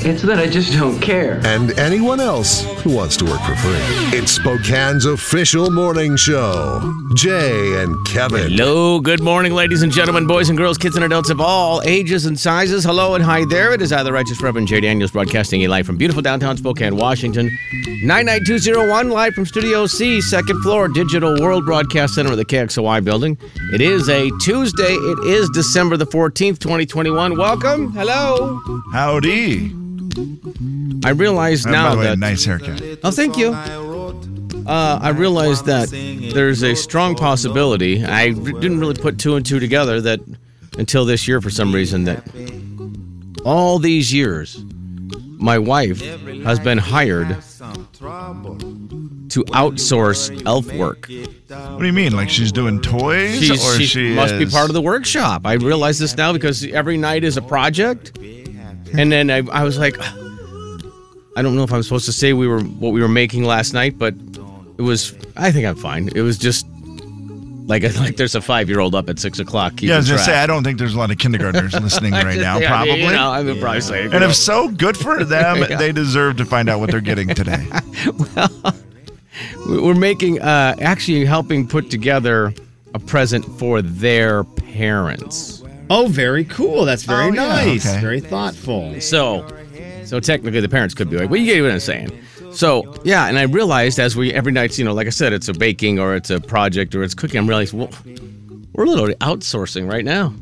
It's that I just don't care. and anyone else who wants to work for free. It's Spokane's official morning show. Jay and Kevin. Hello, good morning, ladies and gentlemen, boys and girls, kids and adults of all ages and sizes. Hello and hi there. It is I, the Righteous Reverend Jay Daniels, broadcasting you live from beautiful downtown Spokane, Washington. 99201, live from Studio C, second floor, Digital World Broadcast Center of the KXOY building. It is a Tuesday. It is December the 14th, 2021. Welcome. Hello. Howdy. I realize Oh, now by the way, that. nice haircut. Oh, thank you. Uh, I realized that there's a strong possibility. I didn't really put two and two together that until this year, for some reason, that all these years, my wife has been hired to outsource elf work. What do you mean? Like she's doing toys, She's, or she, she must be is- part of the workshop. I realize this now because every night is a project. And then I, I was like, I don't know if I'm supposed to say we were what we were making last night, but it was. I think I'm fine. It was just like like there's a five year old up at six o'clock. Yeah, I was keeping gonna say track. I don't think there's a lot of kindergartners listening right now. Yeah, I mean, Probably. You know, I would probably say. and if so, good for them. Yeah. They deserve to find out what they're getting today. We're making, uh, actually helping put together a present for their parents. Oh, very cool. That's very Oh, yeah, nice. okay. Very thoughtful. So, so technically, the parents could be like, "Well, you get what I'm saying." So, yeah, and I realized as we every night's, you know, like I said, it's a baking or it's a project or it's cooking. I'm realizing, well, we're a little outsourcing right now.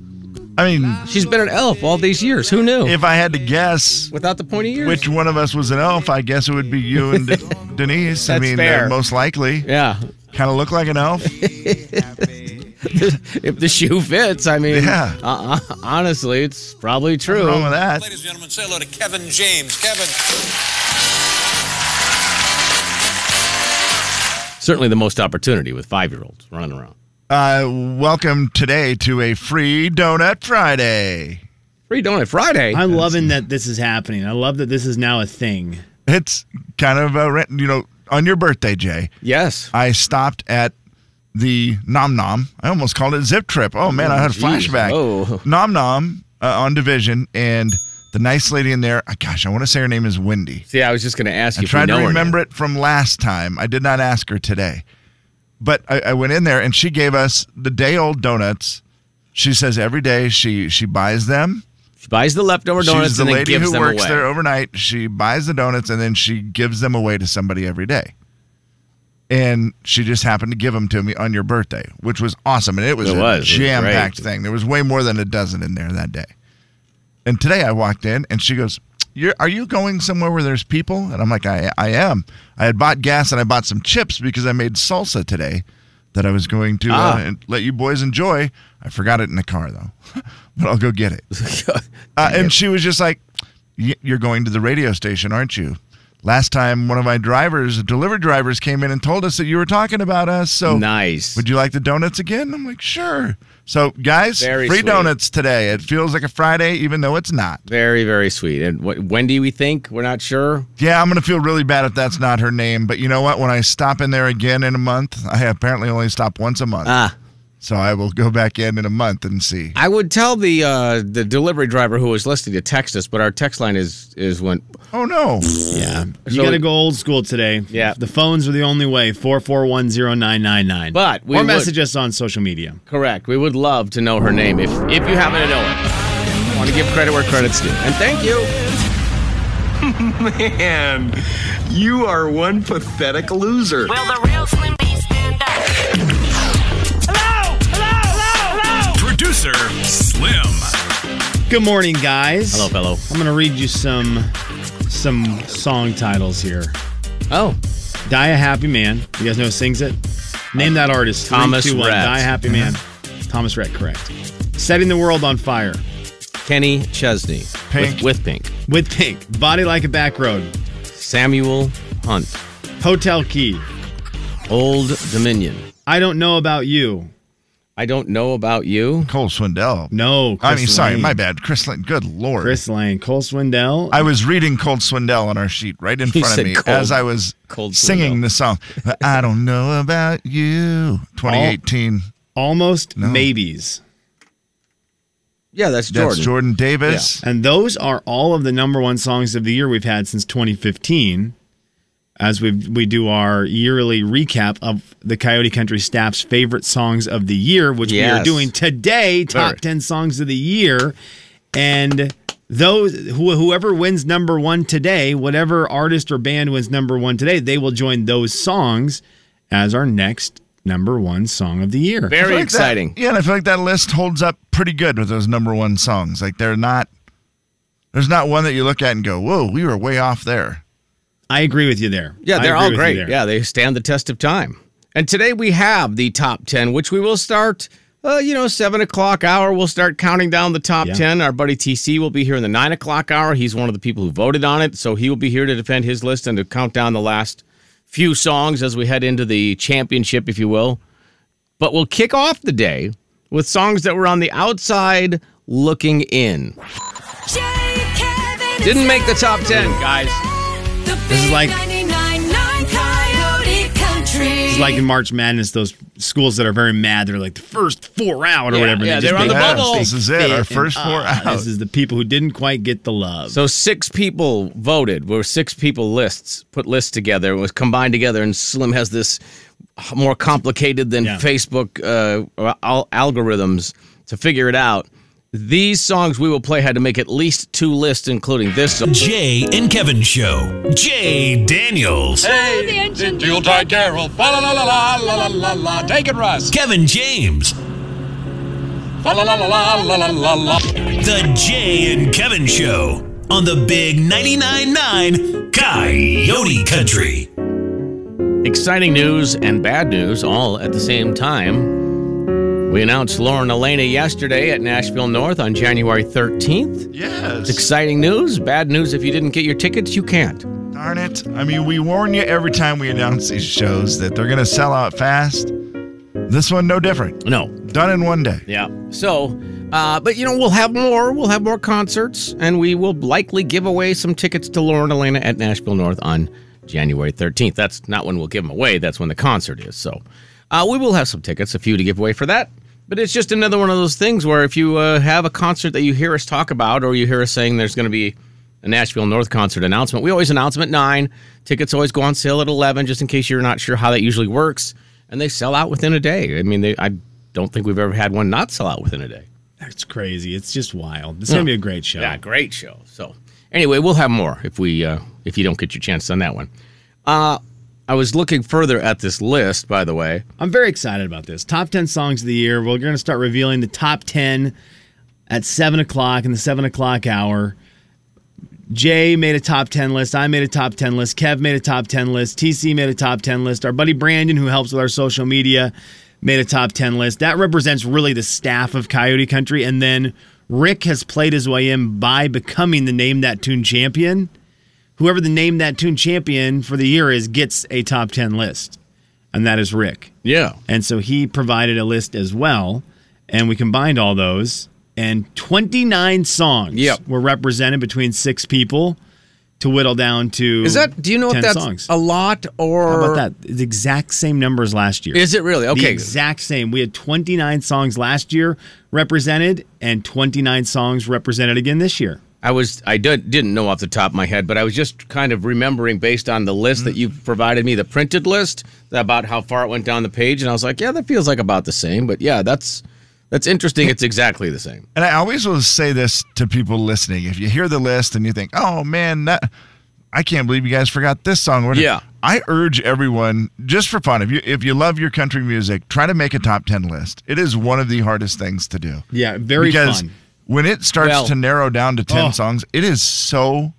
I mean, She's been an elf all these years. Who knew? if I had to guess Without the pointy ears. which one of us was an elf, I guess it would be you and De- Denise. I That's mean, fair. they're most likely. yeah, Kind of look like an elf. if the shoe fits. I mean, Yeah. uh, uh, honestly, it's probably true. Oh, Wrong with that. Ladies and gentlemen, say hello to Kevin James. Kevin. Certainly, the most opportunity with five-year-olds running around. Uh, welcome today to a free donut Friday. Free donut Friday. I'm loving that this is happening. I love that this is now a thing. It's kind of a rent, you know, on your birthday, Jay. yes. I stopped at the Nom Nom. I almost called it Zip Trip. Oh man, I had a geez. flashback. Oh. Nom Nom uh, on Division, and the nice lady in there. uh, Gosh, I want to say her name is Wendy. See, I was just going to ask I you. if you tried to know her remember it from last time. I did not ask her today, but I, I went in there and she gave us the day old donuts. She says every day she she buys them. name. She buys the leftover donuts She's the and then lady gives who them works away. there overnight. She buys the donuts and then she gives them away to somebody every day. And she just happened to give them to me on your birthday, which was awesome. And it was It a was. It was jam packed great. thing. There was way more than a dozen in there that day. And today I walked in and she goes, You're, Are you going somewhere where there's people? And I'm like, I, I am. I had bought gas and I bought some chips because I made salsa today that I was going to Ah. uh, and let you boys enjoy. I forgot it in the car though, but I'll go get it. Uh, and she was just like, "Y- "You're going to the radio station, aren't you?" Last time, one of my drivers, delivery drivers, came in and told us that you were talking about us. So Nice. Oh. Would you like the donuts again? I'm like, sure. So guys, Very free sweet. donuts today. It feels like a Friday, even though it's not. Very, very sweet. And what, Wendy, we think we're not sure. Yeah, I'm gonna feel really bad if that's not her name. But you know what? When I stop in there again in a month, I apparently only stop once a month. Ah, so I will go back in in a month and see. I would tell the uh, the delivery driver who was listening to text us, but our text line is is when Oh no! Yeah. You So- got to go old school today. Yeah. The phones are the only way 4410999. But we or would- message us on social media. correct. We would love to know her name if if you happen to know it. Want to give credit where credit's due, and thank you. Man, you are one pathetic loser. Will the real Slim B stand up? Hello! Hello! Hello! Producer Slim. Good morning, guys. Hello, fellow. I'm going to read you some some song titles here. Oh, Die a Happy Man. You guys know who sings it? Name that artist. Three, Thomas two, one. Rhett. Die Happy Man. Thomas Rhett, correct. Setting the world on fire Kenny Chesney. With, Pink. with Pink. with Pink. Body Like a Back Road. Samuel Hunt. Hotel Key. Old Dominion. I Don't Know About You. I don't know about you. Cole Swindell. No. Chris I mean, sorry, Lane. my bad. Chris Lane. Good lord. Chris Lane. Cole Swindell. I was reading Cold Swindell on our sheet right in You front said of me Cold- as I was Cold singing Swindell. the song. I don't know about you. 2018. Almost Maybes. Yeah, that's Jordan. That's Jordan Davis. And those are all of the number one songs of the year we've had since 2015. As we we do our yearly recap of the Coyote Country staff's favorite songs of the year, which we are Yes. doing today, top Very. ten songs of the year, and those who, whoever wins number one today, whatever artist or band wins number one today, they will join those songs as our next number one song of the year. I feel Very like that- exciting. yeah, and I feel like that list holds up pretty good with those number one songs. Like they're not, there's not one that you look at and go, "Whoa, we were way off there." I agree with you there. Yeah, I they're agree all with you great. there. Yeah, they stand the test of time. And today we have the top 10, which we will start, uh, you know, 7 o'clock hour. We'll start counting down the top Yeah. 10. Our buddy TC will be here in the 9 o'clock hour. He's one of the people who voted on it. So he will be here to defend his list and to count down the last few songs as we head into the championship, if you will. But we'll kick off the day with songs that were on the outside looking in. Jay, Kevin, and Didn't make the top Slim. 10, guys. The This is big like- 99.9 Coyote Country. It's like in March Madness, those schools that are very mad. They're like the first four out or Yeah, whatever. yeah, they they're on the Yes, bubble. This is it. Our and, first four ah, out. This is the people who didn't quite get the love. So six people voted. Were six people lists put lists together. It was combined together, and Slim has this more complicated than Yeah. Facebook uh, al- algorithms to figure it out. These songs we will play had to make at least two lists, including this song. Jay and Kevin Show. Jay Daniels. Hey, the engine. You'll die, Carol. Fa la la la la la la la la. Take it, Russ. Kevin James. Fa la la la la la la la la. The Jay and Kevin Show on the Big 99.9 Coyote Country. Exciting news and bad news all at the same time. We announced Lauren Elena yesterday at Nashville North on January 13th. yes. Exciting news, bad news if you didn't get your tickets, you can't. Darn it. I mean, we warn you every time we announce these shows that they're going to sell out fast. This one, no different. No, Done in one day. Yeah. So, uh, but you know, we'll have more. We'll have more concerts, and we will likely give away some tickets to Lauren Elena at Nashville North on January 13th. That's not when we'll give them away. That's when the concert is. So, uh, we will have some tickets, a few to give away for that. But it's just another one of those things where if you uh, have a concert that you hear us talk about, or you hear us saying there's going to be a Nashville North concert announcement, we always announce them at nine. Tickets always go on sale at eleven, just in case you're not sure how that usually works. And they sell out within a day. I mean, they, I don't think we've ever had one not sell out within a day. That's crazy. It's just wild. It's gonna be a great show. Yeah, great show. So anyway, we'll have more if we uh, if you don't get your chance on that one. Uh, I was looking further at this list, by the way. I'm very excited about this. Top 10 songs of the year. We're going to start revealing the top 10 at 7 o'clock in the 7 o'clock hour. Jay made a top 10 list. I made a top 10 list. Kev made a top 10 list. TC made a top 10 list. Our buddy Brandon, who helps with our social media, made a top 10 list. That represents really the staff of Coyote Country. And then Rick has played his way in by becoming the Name That Tune champion. Whoever the Name That Tune champion for the year is gets a top 10 list. And that is Rick. Yeah. And so he provided a list as well. And we combined all those. And 29 songs Yep. were represented between six people to whittle down to. Is that do you know 10 if that's songs. a lot or How about that? The exact same numbers last year. Is it really? The Okay. exact same. We had 29 songs last year represented and 29 songs represented again this year. I was I did, didn't know off the top of my head, but I was just kind of remembering based on the list Mm-hmm. that you provided me, the printed list about how far it went down the page, and I was like, yeah, that feels like about the same. But yeah, that's that's interesting. It's exactly the same. And I always will say this to people listening. If you hear the list and you think, oh man, that, I can't believe you guys forgot this song. What- Yeah. I urge everyone, just for fun, if you if you love your country music, try to make a top ten list. It is one of the hardest things to do. Yeah, very because fun. when it starts Well- to narrow down to ten Oh. songs, it is so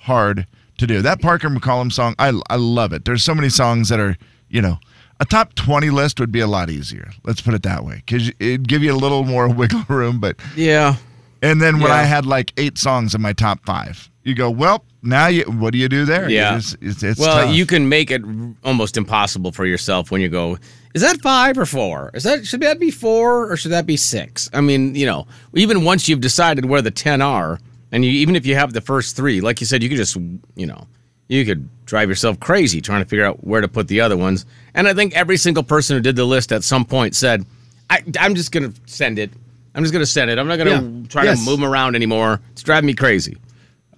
hard to do. That Parker McCollum song, I I love it. There's so many songs that are, you know, a top 20 list would be a lot easier. Let's put it that way. Because it'd give you a little more wiggle room. But yeah. And then when Yeah. I had like eight songs in my top five, you go, well, now you, what do you do there? You Yeah. just- it's, it's well, tough. you can make it r- almost impossible for yourself when you go. Is that five or four? Is that should that be four or should that be six? I mean, you know, even once you've decided where the ten are, and you, even if you have the first three, like you said, you could just you know, you could drive yourself crazy trying to figure out where to put the other ones. And I think every single person who did the list at some point said, I, "I'm just gonna send it. I'm just gonna send it. I'm not gonna Yeah. try Yes. to move them around anymore. It's driving me crazy."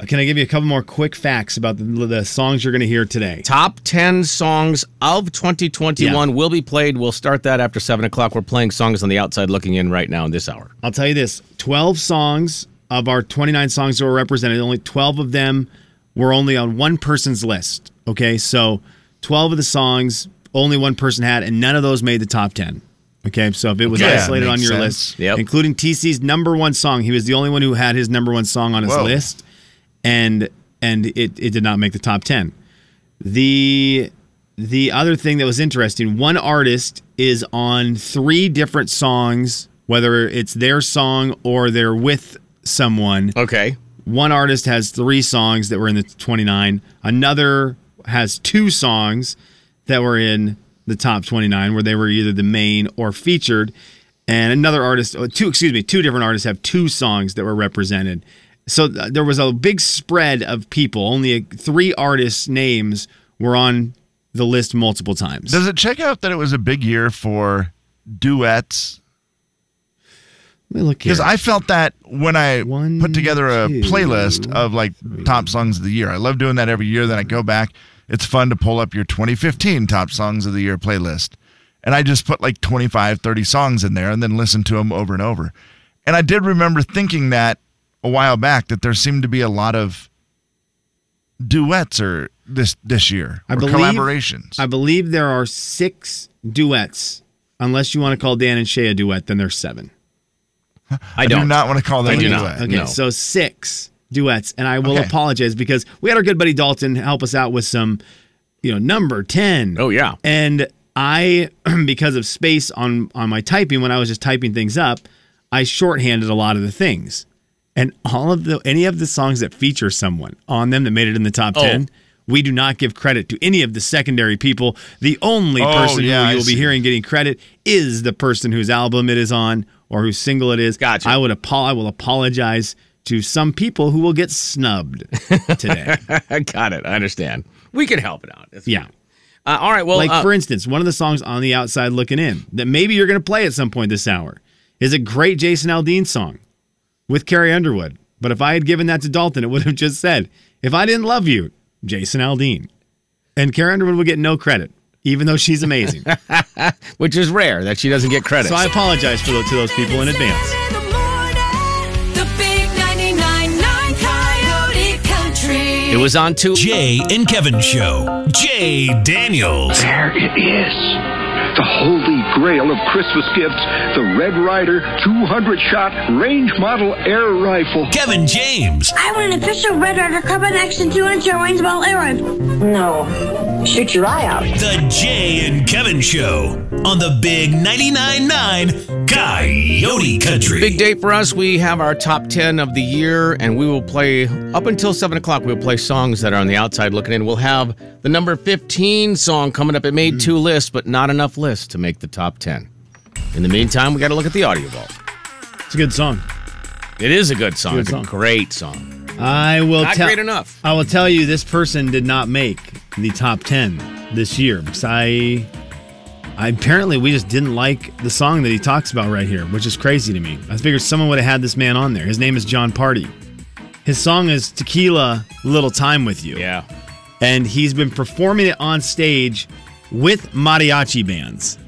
Uh, Can I give you a couple more quick facts about the, the songs you're going to hear today? Top 10 songs of 2021 will be played. We'll start that after 7 o'clock. We're playing songs on the outside looking in right now in this hour. I'll tell you this 12 songs of our 29 songs that were represented, only 12 of them were only on one person's list. Okay. So 12 of the songs only one person had, and none of those made the top 10. Okay. So if it was Okay. Yeah, isolated on makes your sense. list, including TC's number one song, he was the only one who had his number one song on his Whoa. list, and and it, it did not make the top 10. The the other thing that was interesting, one artist is on three different songs, whether it's their song or they're with someone. Okay. One artist has three songs that were in the 29. Another has two songs that were in the top 29 where they were either the main or featured. And another artist, oh, two, excuse me, two different artists have two songs that were represented. So th- there was a big spread of people. Only uh, three artists' names were on the list multiple times. Does it check out that it was a big year for duets? Let me look Because here. I felt that when I put together a playlist of like top songs of the year. I love doing that every year. Then I go back. It's fun to pull up your 2015 top songs of the year playlist. And I just put like 25, 30 songs in there and then listen to them over and over. And I did remember thinking that a while back that there seemed to be a lot of duets or this this year or collaboration. I believe there are six duets. Unless you want to call Dan and Shay a duet, then there's seven. I do don't. not want to call them I a do not. duet. Okay, No. so six duets, and I will Okay. apologize because we had our good buddy Dalton help us out with some, you know, number ten. Oh yeah, and I because of space on on my typing when I was just typing things up, I shorthanded a lot of the things, and all of the any of the songs that feature someone on them that made it in the top Oh. ten. We do not give credit to any of the secondary people. The only Oh, person yeah, I who you'll be see. hearing getting credit is the person whose album it is on or whose single it is. Gotcha. I would apo- I will apologize to some people who will get snubbed today. Got it. I understand. We can help it out. It's- yeah. Uh, all right. Well, like uh, for instance, one of the songs on the outside looking in that maybe you're going to play at some point this hour is a great Jason Aldean song with Carrie Underwood. But if I had given that to Dalton, it would have just said, "If I didn't love you, Jason Aldean," and Carrie Underwood would get no credit, even though she's amazing. which is rare that she doesn't get credit. So I apologize for those, to those people in advance. The big 99.9 Coyote Country. it was on two. Jay and Kevin Show. Jay Daniels. There it is. The holy grail of Christmas gifts, the Red Rider 200 shot range model air rifle. Kevin James. I want an official Red Rider Carbon Action 200 range ball air rifle. No. Shoot your eye out. The Jay and Kevin Show on the Big 99.9 Coyote Country. Big day for us. We have our top 10 of the year, and we will play up until 7 o'clock. We'll play songs that are on the outside looking in. We'll have the number 15 song coming up. It made two Mm. lists, but not enough lists to make the top 10. In the meantime, we got to look at the audio vault. It's a good song. It is a good song. Good It's song. a great song. I will Not tell- great enough. I will tell you this person did not make the top ten this year because I, I apparently we just didn't like the song that he talks about right here, which is crazy to me. I figured someone would have had this man on there. His name is John Party. His song is Tequila Little Time with You. Yeah. And he's been performing it on stage with mariachi bands.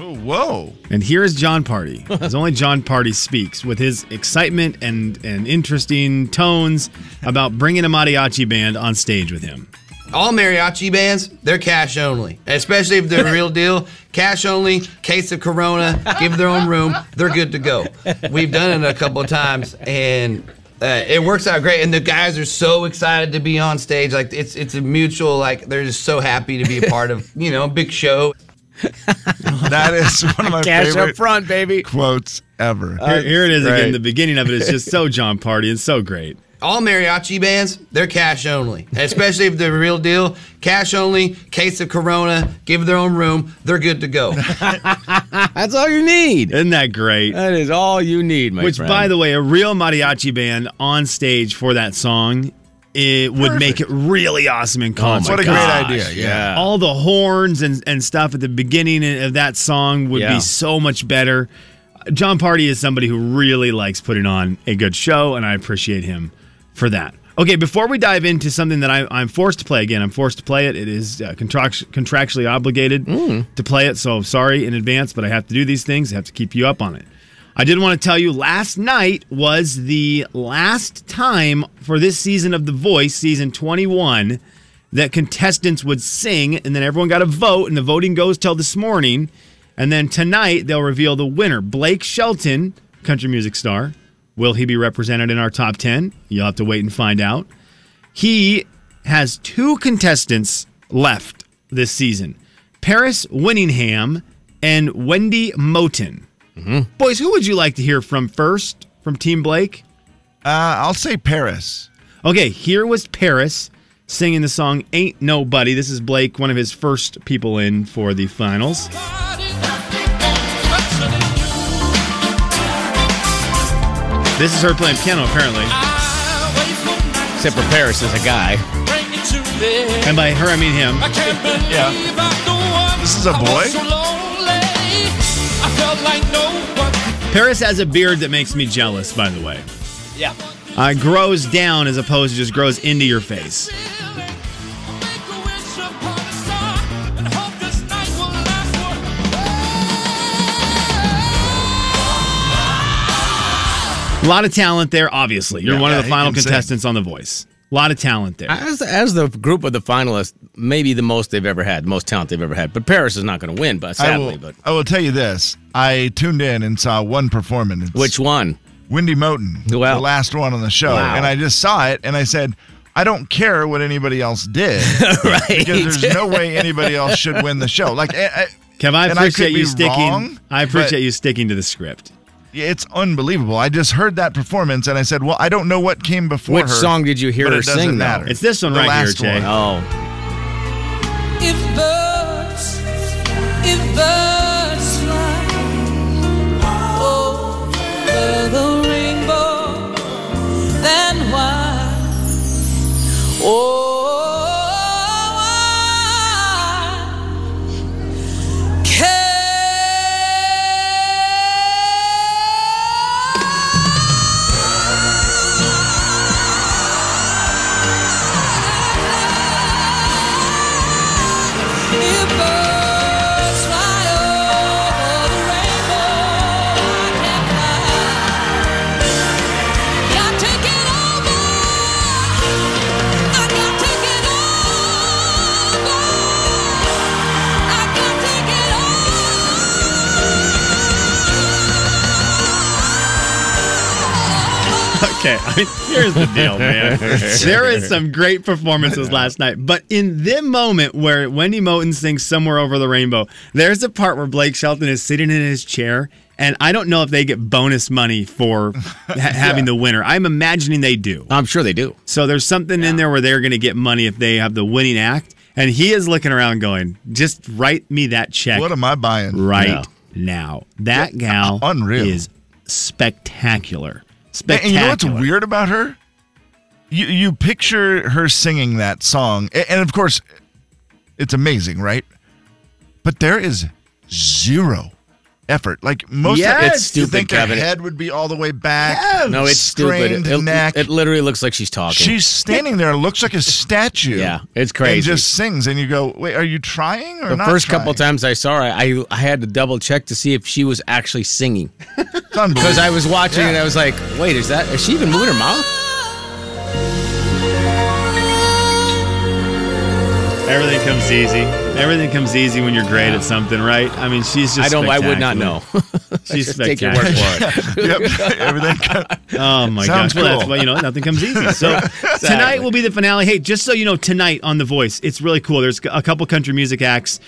Oh, whoa. And here is John Party. As only John Party speaks with his excitement and, and interesting tones about bringing a mariachi band on stage with him. All mariachi bands, they're cash only. Especially if they're the real deal. Cash only, case of corona, give them their own room, they're good to go. We've done it a couple of times and uh, it works out great and the guys are so excited to be on stage. Like it's it's a mutual like they're just so happy to be a part of, you know, a big show. that is one of my Cash up favorite front, baby. quotes ever. Here, here it is again. Right. The beginning of it is just so John Party. It's so great. All mariachi bands, they're cash only, especially if they're real deal. Cash only, case of Corona, give their own room, they're good to go. That's all you need. Isn't that great? That is all you need, my Which, friend. by the way, a real mariachi band on stage for that song, it would make it really awesome in concert. What a great Gosh. idea, yeah. All the horns and, and stuff at the beginning of that song would Yeah. be so much better. John Party is somebody who really likes putting on a good show, and I appreciate him for that. Okay, before we dive into something that I, I'm forced to play again, I'm forced to play it. It is uh, contract, contractually obligated Mm. to play it, so sorry in advance, but I have to do these things. I have to keep you up on it. I did want to tell you last night was the last time for this season of The Voice, season 21, that contestants would sing, and then everyone got a vote, and the voting goes till this morning. And then tonight they'll reveal the winner. Blake Shelton, country music star. Will he be represented in our top 10? You'll have to wait and find out. He has two contestants left this season Paris Winningham and Wendy Moten. Boys, who would you like to hear from first from Team Blake? Uh, I'll say Paris. Okay, here was Paris singing the song Ain't Nobody. This is Blake, one of his first people in for the finals. This is her playing piano, apparently. Except for Paris is a guy. And by her, I mean him. I can't believe I'm the one. This is a I was boy? so lonely. I felt like no one. Paris has a beard that makes me jealous, by the way. Yeah. Uh, it grows down as opposed to just grows into your face. A lot of talent there, obviously. You're Yeah. one Yeah, of the he final can sing. contestants on The Voice. A lot of talent there. As, as the group of the finalists, maybe the most they've ever had, most talent they've ever had. But Paris is not going to win, but I sadly. will, But I will tell you this. I tuned in and saw one performance. Which one? Wendy Moten, the last one on the show. Wow. And I just saw it and I said, I don't care what anybody else did. Right. Because there's no way anybody else should win the show. Like, I, I, Kev, I and appreciate could be you sticking. wrong, I appreciate but you sticking to the script. It's unbelievable. I just heard that performance and I said, Well, I don't know what came before Which her, song did you hear but her it doesn't sing, though? Matter. It's this one The right here, last Jay. one. Oh. If birds, if birds fly over the rainbow, then why? Oh, why if birds fly over the rainbow? I can't fly. Got to get over. I got to get over. I got to get Okay, I mean, here's the deal, man. there is some great performances last night, but in the moment where Wendy Moten sings "Somewhere Over the Rainbow," there's a part where Blake Shelton is sitting in his chair, and I don't know if they get bonus money for ha- having the winner. I'm imagining they do. I'm sure they do. So there's something in there where they're going to get money if they have the winning act, and he is looking around, going, "Just write me that check." What am I buying? right Yeah. now. That gal unreal. is spectacular. And- And Spectacular. you know what's weird about her? You you picture her singing that song, a- and of course, it's amazing, right? But there is zero effort. Like most, Yes! of It's stupid, You think Kevin. her head would be all the way back. No, it's stupid. strained It, neck. it literally looks like she's talking. She's standing there, looks like a statue. Yeah, it's crazy. And just sings, and you go, "Wait, are you trying or the not?" first trying? couple times I saw her, I, I had to double check to see if she was actually singing. Because I was watching Yeah. and I was like, wait, is that, is she even moving her mouth? Everything comes easy. Everything comes easy when you're great at something, right? I mean, she's just. I don't- I would not spectacular. know. she's Just take your spectacular. word yep. Everything. Oh my Sounds gosh! Well, that's cool. why you know nothing comes easy. So tonight will be the finale. Hey, just so you know, tonight on The Voice, it's really cool. There's a couple country music acts.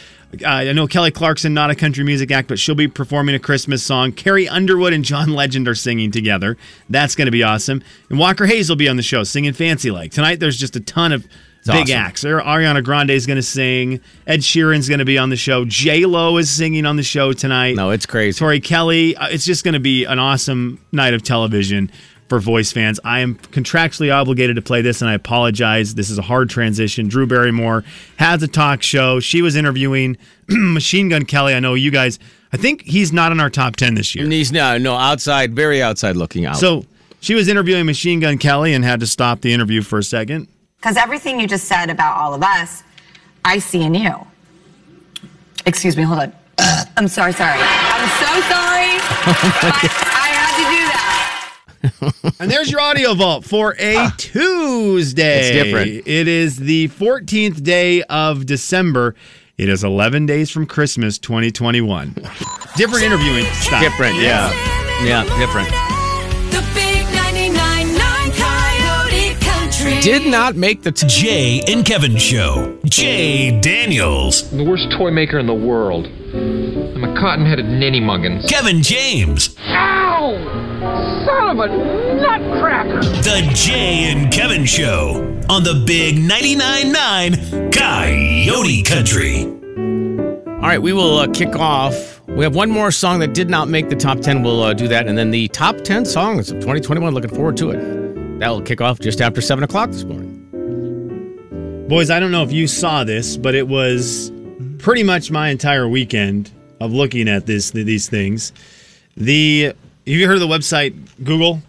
Uh, I know Kelly Clarkson, not a country music act, but she'll be performing a Christmas song. Carrie Underwood and John Legend are singing together. That's going to be awesome. And Walker Hayes will be on the show singing "Fancy Like." Tonight, there's just a ton of big awesome. acts. There- Ariana Grande is going to sing. Ed Sheeran's going to be on the show. J Lo is singing on the show tonight. No, it's crazy. Tori Kelly. Uh, It's just going to be an awesome night of television for voice fans. I am contractually obligated to play this, and I apologize. This is a hard transition. Drew Barrymore has a talk show. She was interviewing Machine Gun Kelly. I know you guys. I think he's not in our top ten this year. He's no, no outside, very outside looking out. So she was interviewing Machine Gun Kelly and had to stop the interview for a second. Because everything you just said about all of us, I see in you. Excuse me, hold on. I'm sorry, sorry. I'm so sorry. I had to do that. and there's your audio vault for a Tuesday. Ah. It's different. It is the 14th day of December. It is 11 days from Christmas 2021. Different interviewing style. Different, yeah. Yeah, different. The big 99.9 Coyote Country. Did not make the Jay and Kevin show. Jay Daniels. I'm the worst toy maker in the world. I'm a cotton headed ninny muggins. Kevin James. Ow! Son of a nutcracker! The Jay and Kevin show on the big 99.9 Coyote Country. All right, we will uh, kick off. We have one more song that did not make the top 10. We'll uh, do that. And then the top 10 songs of 2021. Looking forward to it. That will kick off just after 7 o'clock this morning. Boys, I don't know if you saw this, but it was pretty much my entire weekend of looking at this these things. The have you heard of the website Google?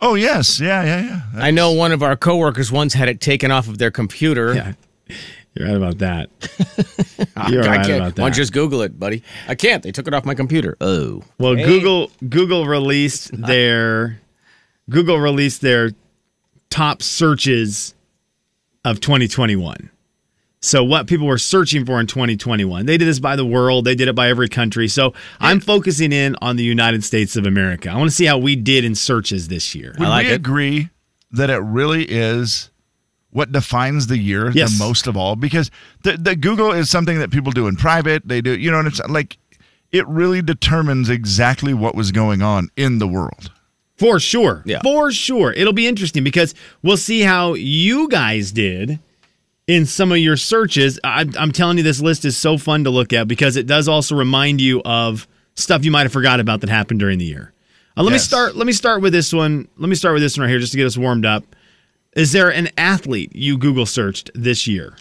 Oh yes, yeah, yeah, yeah. I know one of our coworkers once had it taken off of their computer. Yeah, you're right about that. I, You're right Ah, can't. about that. Why don't you just Google it, buddy? I can't. They took it off my computer. Oh. Well, Hey. Google Google released their Google released their top searches of 2021. So what people were searching for in 2021. They did this by the world, they did it by every country. So I'm focusing in on the United States of America. I want to see how we did in searches this year. Would we agree that it really is what defines the year Yes. the most of all? Because the, the Google is something that people do in private. They do, you know, and it's like it really determines exactly what was going on in the world. For sure. For sure. It'll be interesting because we'll see how you guys did in some of your searches. I, I'm telling you, this list is so fun to look at because it does also remind you of stuff you might have forgot about that happened during the year. Uh, let me Yes. start. Let me start with this one. Let me start with this one right here, just to get us warmed up. Is there an athlete you Google searched this year?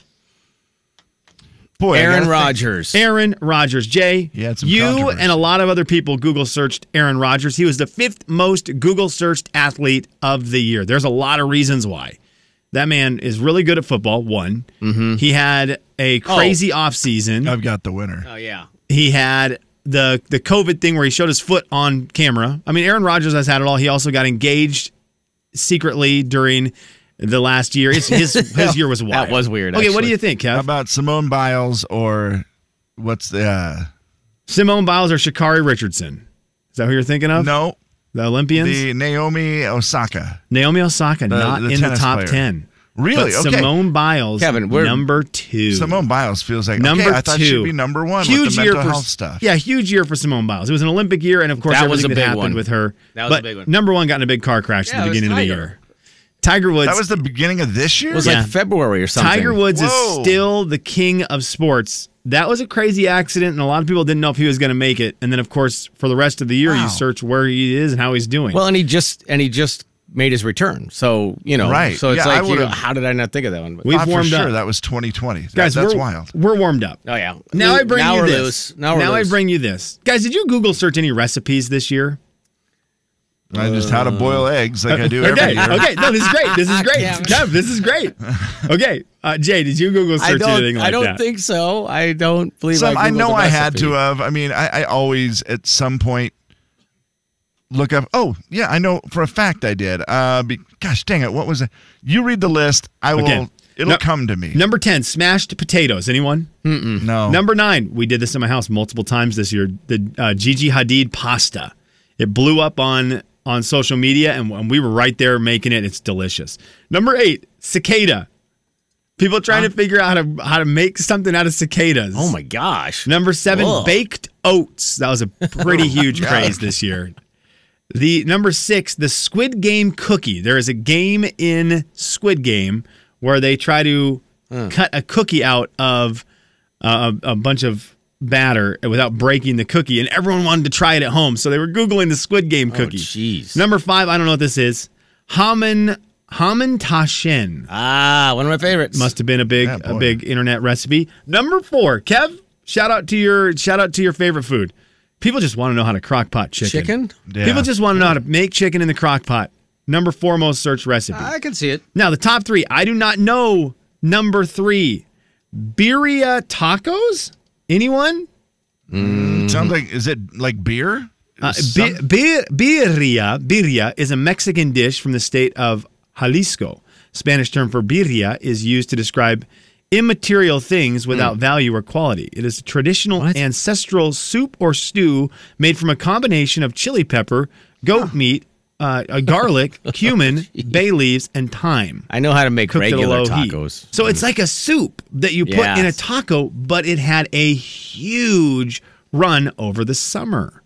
Boy, I Aaron gotta think. Rodgers. Aaron Rodgers. Jay, yeah, it's you and a lot of other people Google searched Aaron Rodgers. He was the fifth most Google searched athlete of the year. There's a lot of reasons why. That man is really good at football, one. He had a Mm-hmm. Oh. Uh, crazy offseason. I've got the winner. Oh, yeah. He had the the COVID thing where he showed his foot on camera. I mean, Aaron Rodgers has had it all. He also got engaged secretly during the last year. His his, his year was wild. That was weird, Okay, what do actually. you think, Kev? How about Simone Biles or what's the uh, Simone Biles or Shakari Richardson? Is that who you're thinking of? No. The Olympians? the Naomi Osaka? Naomi Osaka, not in the tennis top player. 10. Really? But okay. Simone Biles, number two. Simone Biles feels like number okay, I thought two. she'd be number one with the mental health stuff. Yeah, huge year for Simone Biles. It was an Olympic year, and of course, That was everything a that big happened one. with her. That was a but big one. number one got in a big car crash Yeah, it at the was beginning of the Tiger. year. Tiger Woods. That was the beginning of this year. It was like February or something. Tiger Woods Whoa. is still the king of sports. That was a crazy accident, and a lot of people didn't know if he was going to make it. And then, of course, for the rest of the year, you search where he is and how he's doing. Well, and he just and he just made his return. So you know, Right. So it's Yeah, I like, you would've- know, how did I not think of that one? We've Ah, for warmed sure, up. that was 2020. Guys, that's we're, wild. We're warmed up. Oh yeah. Now Ooh, I bring now you we're this. loose. Now we're I loose. bring you this. Guys, did you Google search any recipes this year? I just how to boil eggs like I do every Uh, okay. year. Okay, no, this is great. This is great. Damn it. Kev, this is great. Okay, uh, Jay, did you Google I search don't. anything like I don't that? think so. I don't believe. Some I, Googled know the I had to uh, recipe. have. I mean, I, I always at some point look up. Oh yeah, I know for a fact I did. Uh, be, gosh dang it, what was it? You read the list. I will. Okay. It'll come to me. Number 10, smashed potatoes. Anyone? Mm-mm. No. Number nine, we did this in my house multiple times this year. The uh, Gigi Hadid pasta. It blew up on on social media, and, and we were right there making it. It's delicious. Number eight, cicada. People trying to figure out how to, how to make something out of cicadas. Oh my gosh. Number seven, Ugh. baked oats. That was a pretty huge Yuck. craze this year. The number six, the Squid Game cookie. There is a game in Squid Game where they try to Hmm. cut a cookie out of uh, a, a bunch of batter without breaking the cookie, and everyone wanted to try it at home, so they were googling the Squid Game cookie. Oh, jeez. number five, I don't know what this is. Haman Haman Tashin. Ah, one of my favorites. Must have been a big Yeah, a boy. big internet recipe. Number four, Kev. Shout out to your shout out to your favorite food. People just want to know how to crock pot chicken. Chicken? Yeah. People just want to know how to make chicken in the crock pot. Number four most search recipe. I can see it. Now the top three. I do not know number three. Birria tacos. Anyone? Sounds like is it like beer? Uh, Some- bi- bir- birria, birria is a Mexican dish from the state of Jalisco. Spanish term for birria is used to describe immaterial things without value or quality. It is a traditional ancestral soup or stew made from a combination of chili pepper, goat meat, uh, uh, garlic, cumin, bay leaves, and thyme. I know how to make cooked at a regular low heat. tacos. Mm. So it's like a soup that you put in a Yes. taco, but it had a huge run over the summer.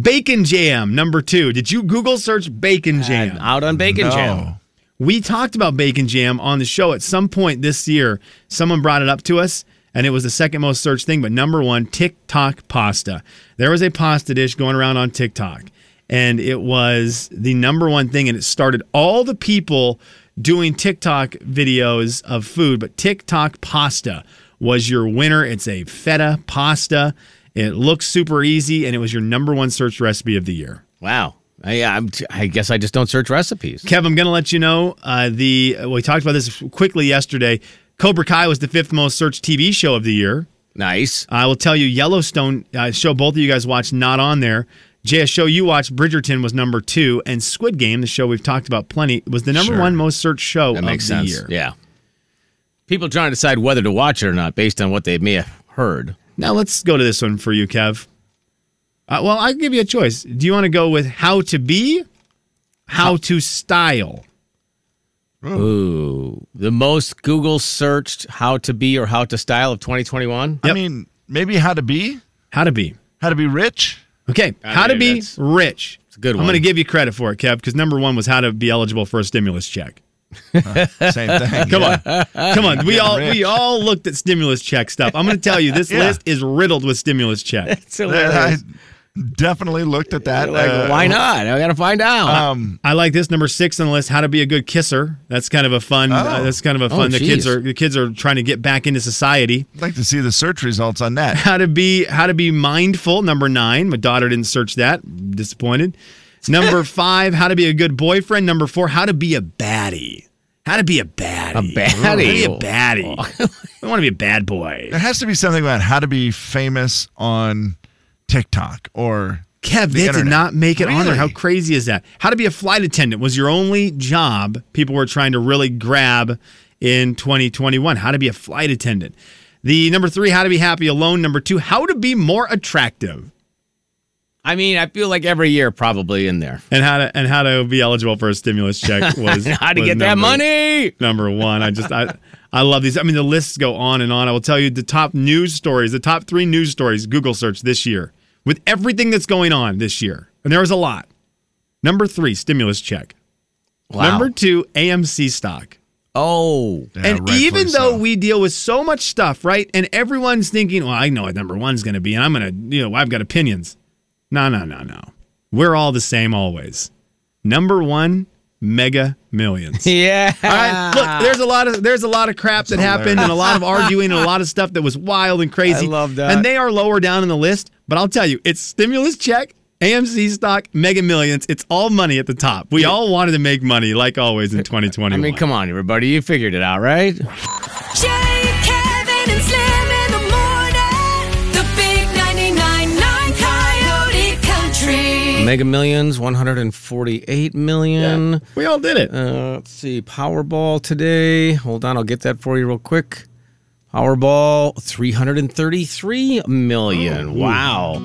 Bacon jam, number two. Did you Google search bacon jam? out on bacon jam. We talked about bacon jam on the show at some point this year. Someone brought it up to us, and it was the second most searched thing. But number one, TikTok pasta. There was a pasta dish going around on TikTok, and it was the number one thing. And it started all the people doing TikTok videos of food, but TikTok pasta was your winner. It's a feta pasta. It looks super easy, and it was your number one search recipe of the year. Wow. I, I'm, I guess I just don't search recipes. Kev, I'm going to let you know uh, the we talked about this quickly yesterday. Cobra Kai was the fifth most searched TV show of the year. Nice. I will tell you, Yellowstone uh, show both of you guys watched not on there. JS show you watched Bridgerton was number two, and Squid Game, the show we've talked about plenty, was the number Sure. one most searched show That of makes the sense. year. Yeah. People trying to decide whether to watch it or not based on what they may have heard. Now let's go to this one for you, Kev. Uh, well, I'll give you a choice. Do you want to go with how to be, how to style? Ooh, the most Google searched how to be or how to style of 2021. I mean, maybe how to be, how to be, how to be rich. Okay, I how to mean, be Ah, that's- rich. It's a good I'm one. going to give you credit for it, Kev, because number one was how to be eligible for a stimulus check. Same thing. Come yeah. on, come on. We Getting all rich. we all looked at stimulus check stuff. I'm going to tell you this Yeah. list is riddled with stimulus check. I definitely looked at that. uh, I got to find out. Um, I like this number six on the list. How to be a good kisser. That's kind of a fun. uh, that's kind of a Oh, fun. the kids geez. are the kids are trying to get back into society. I'd like to see the search results on that. How to be how to be mindful. Number nine. My daughter didn't search that. Disappointed. Number five. How to be a good boyfriend. Number four. How to be a baddie. How to be a baddie. A baddie. Oh. How to be a baddie. I want to be a bad boy. There has to be something about how to be famous on TikTok or Kev, the they internet. did not make it on there. Really? How crazy is that? How to be a flight attendant was your only job people were trying to really grab in 2021. How to be a flight attendant. The number three, how to be happy alone. Number two, how to be more attractive. I mean, I feel like every year probably in there. And how to and how to be eligible for a stimulus check was How to was get that number- money. Number one. I just I I love these. I mean, the lists go on and on. I will tell you the top news stories, the top three news stories Google search this year with everything that's going on this year. And there was a lot. Number three, stimulus check. Wow. Number two, AMC stock. Oh. and even though we deal with so much stuff, right? And everyone's thinking, well, I know what number one's going to be, and I'm going to, you know, I've got opinions. No, no, no, no. We're all the same always. Number one, mega millions. yeah. All right. Look, there's a lot of there's a lot of crap that happened and a lot of arguing and a lot of stuff that was wild and crazy. I love that. And they are lower down in the list, but I'll tell you, it's stimulus check, AMC stock, Mega Millions. It's all money at the top. We all wanted to make money, like always in 2021. I mean, come on, everybody, you figured it out, right? Jay, Kevin, and Slim in the morning. The big 99.9 Coyote Country. Mega Millions, 148 million. We all did it. Uh, let's see. Powerball today. Hold on, I'll get that for you real quick. Powerball, 333 million. Wow.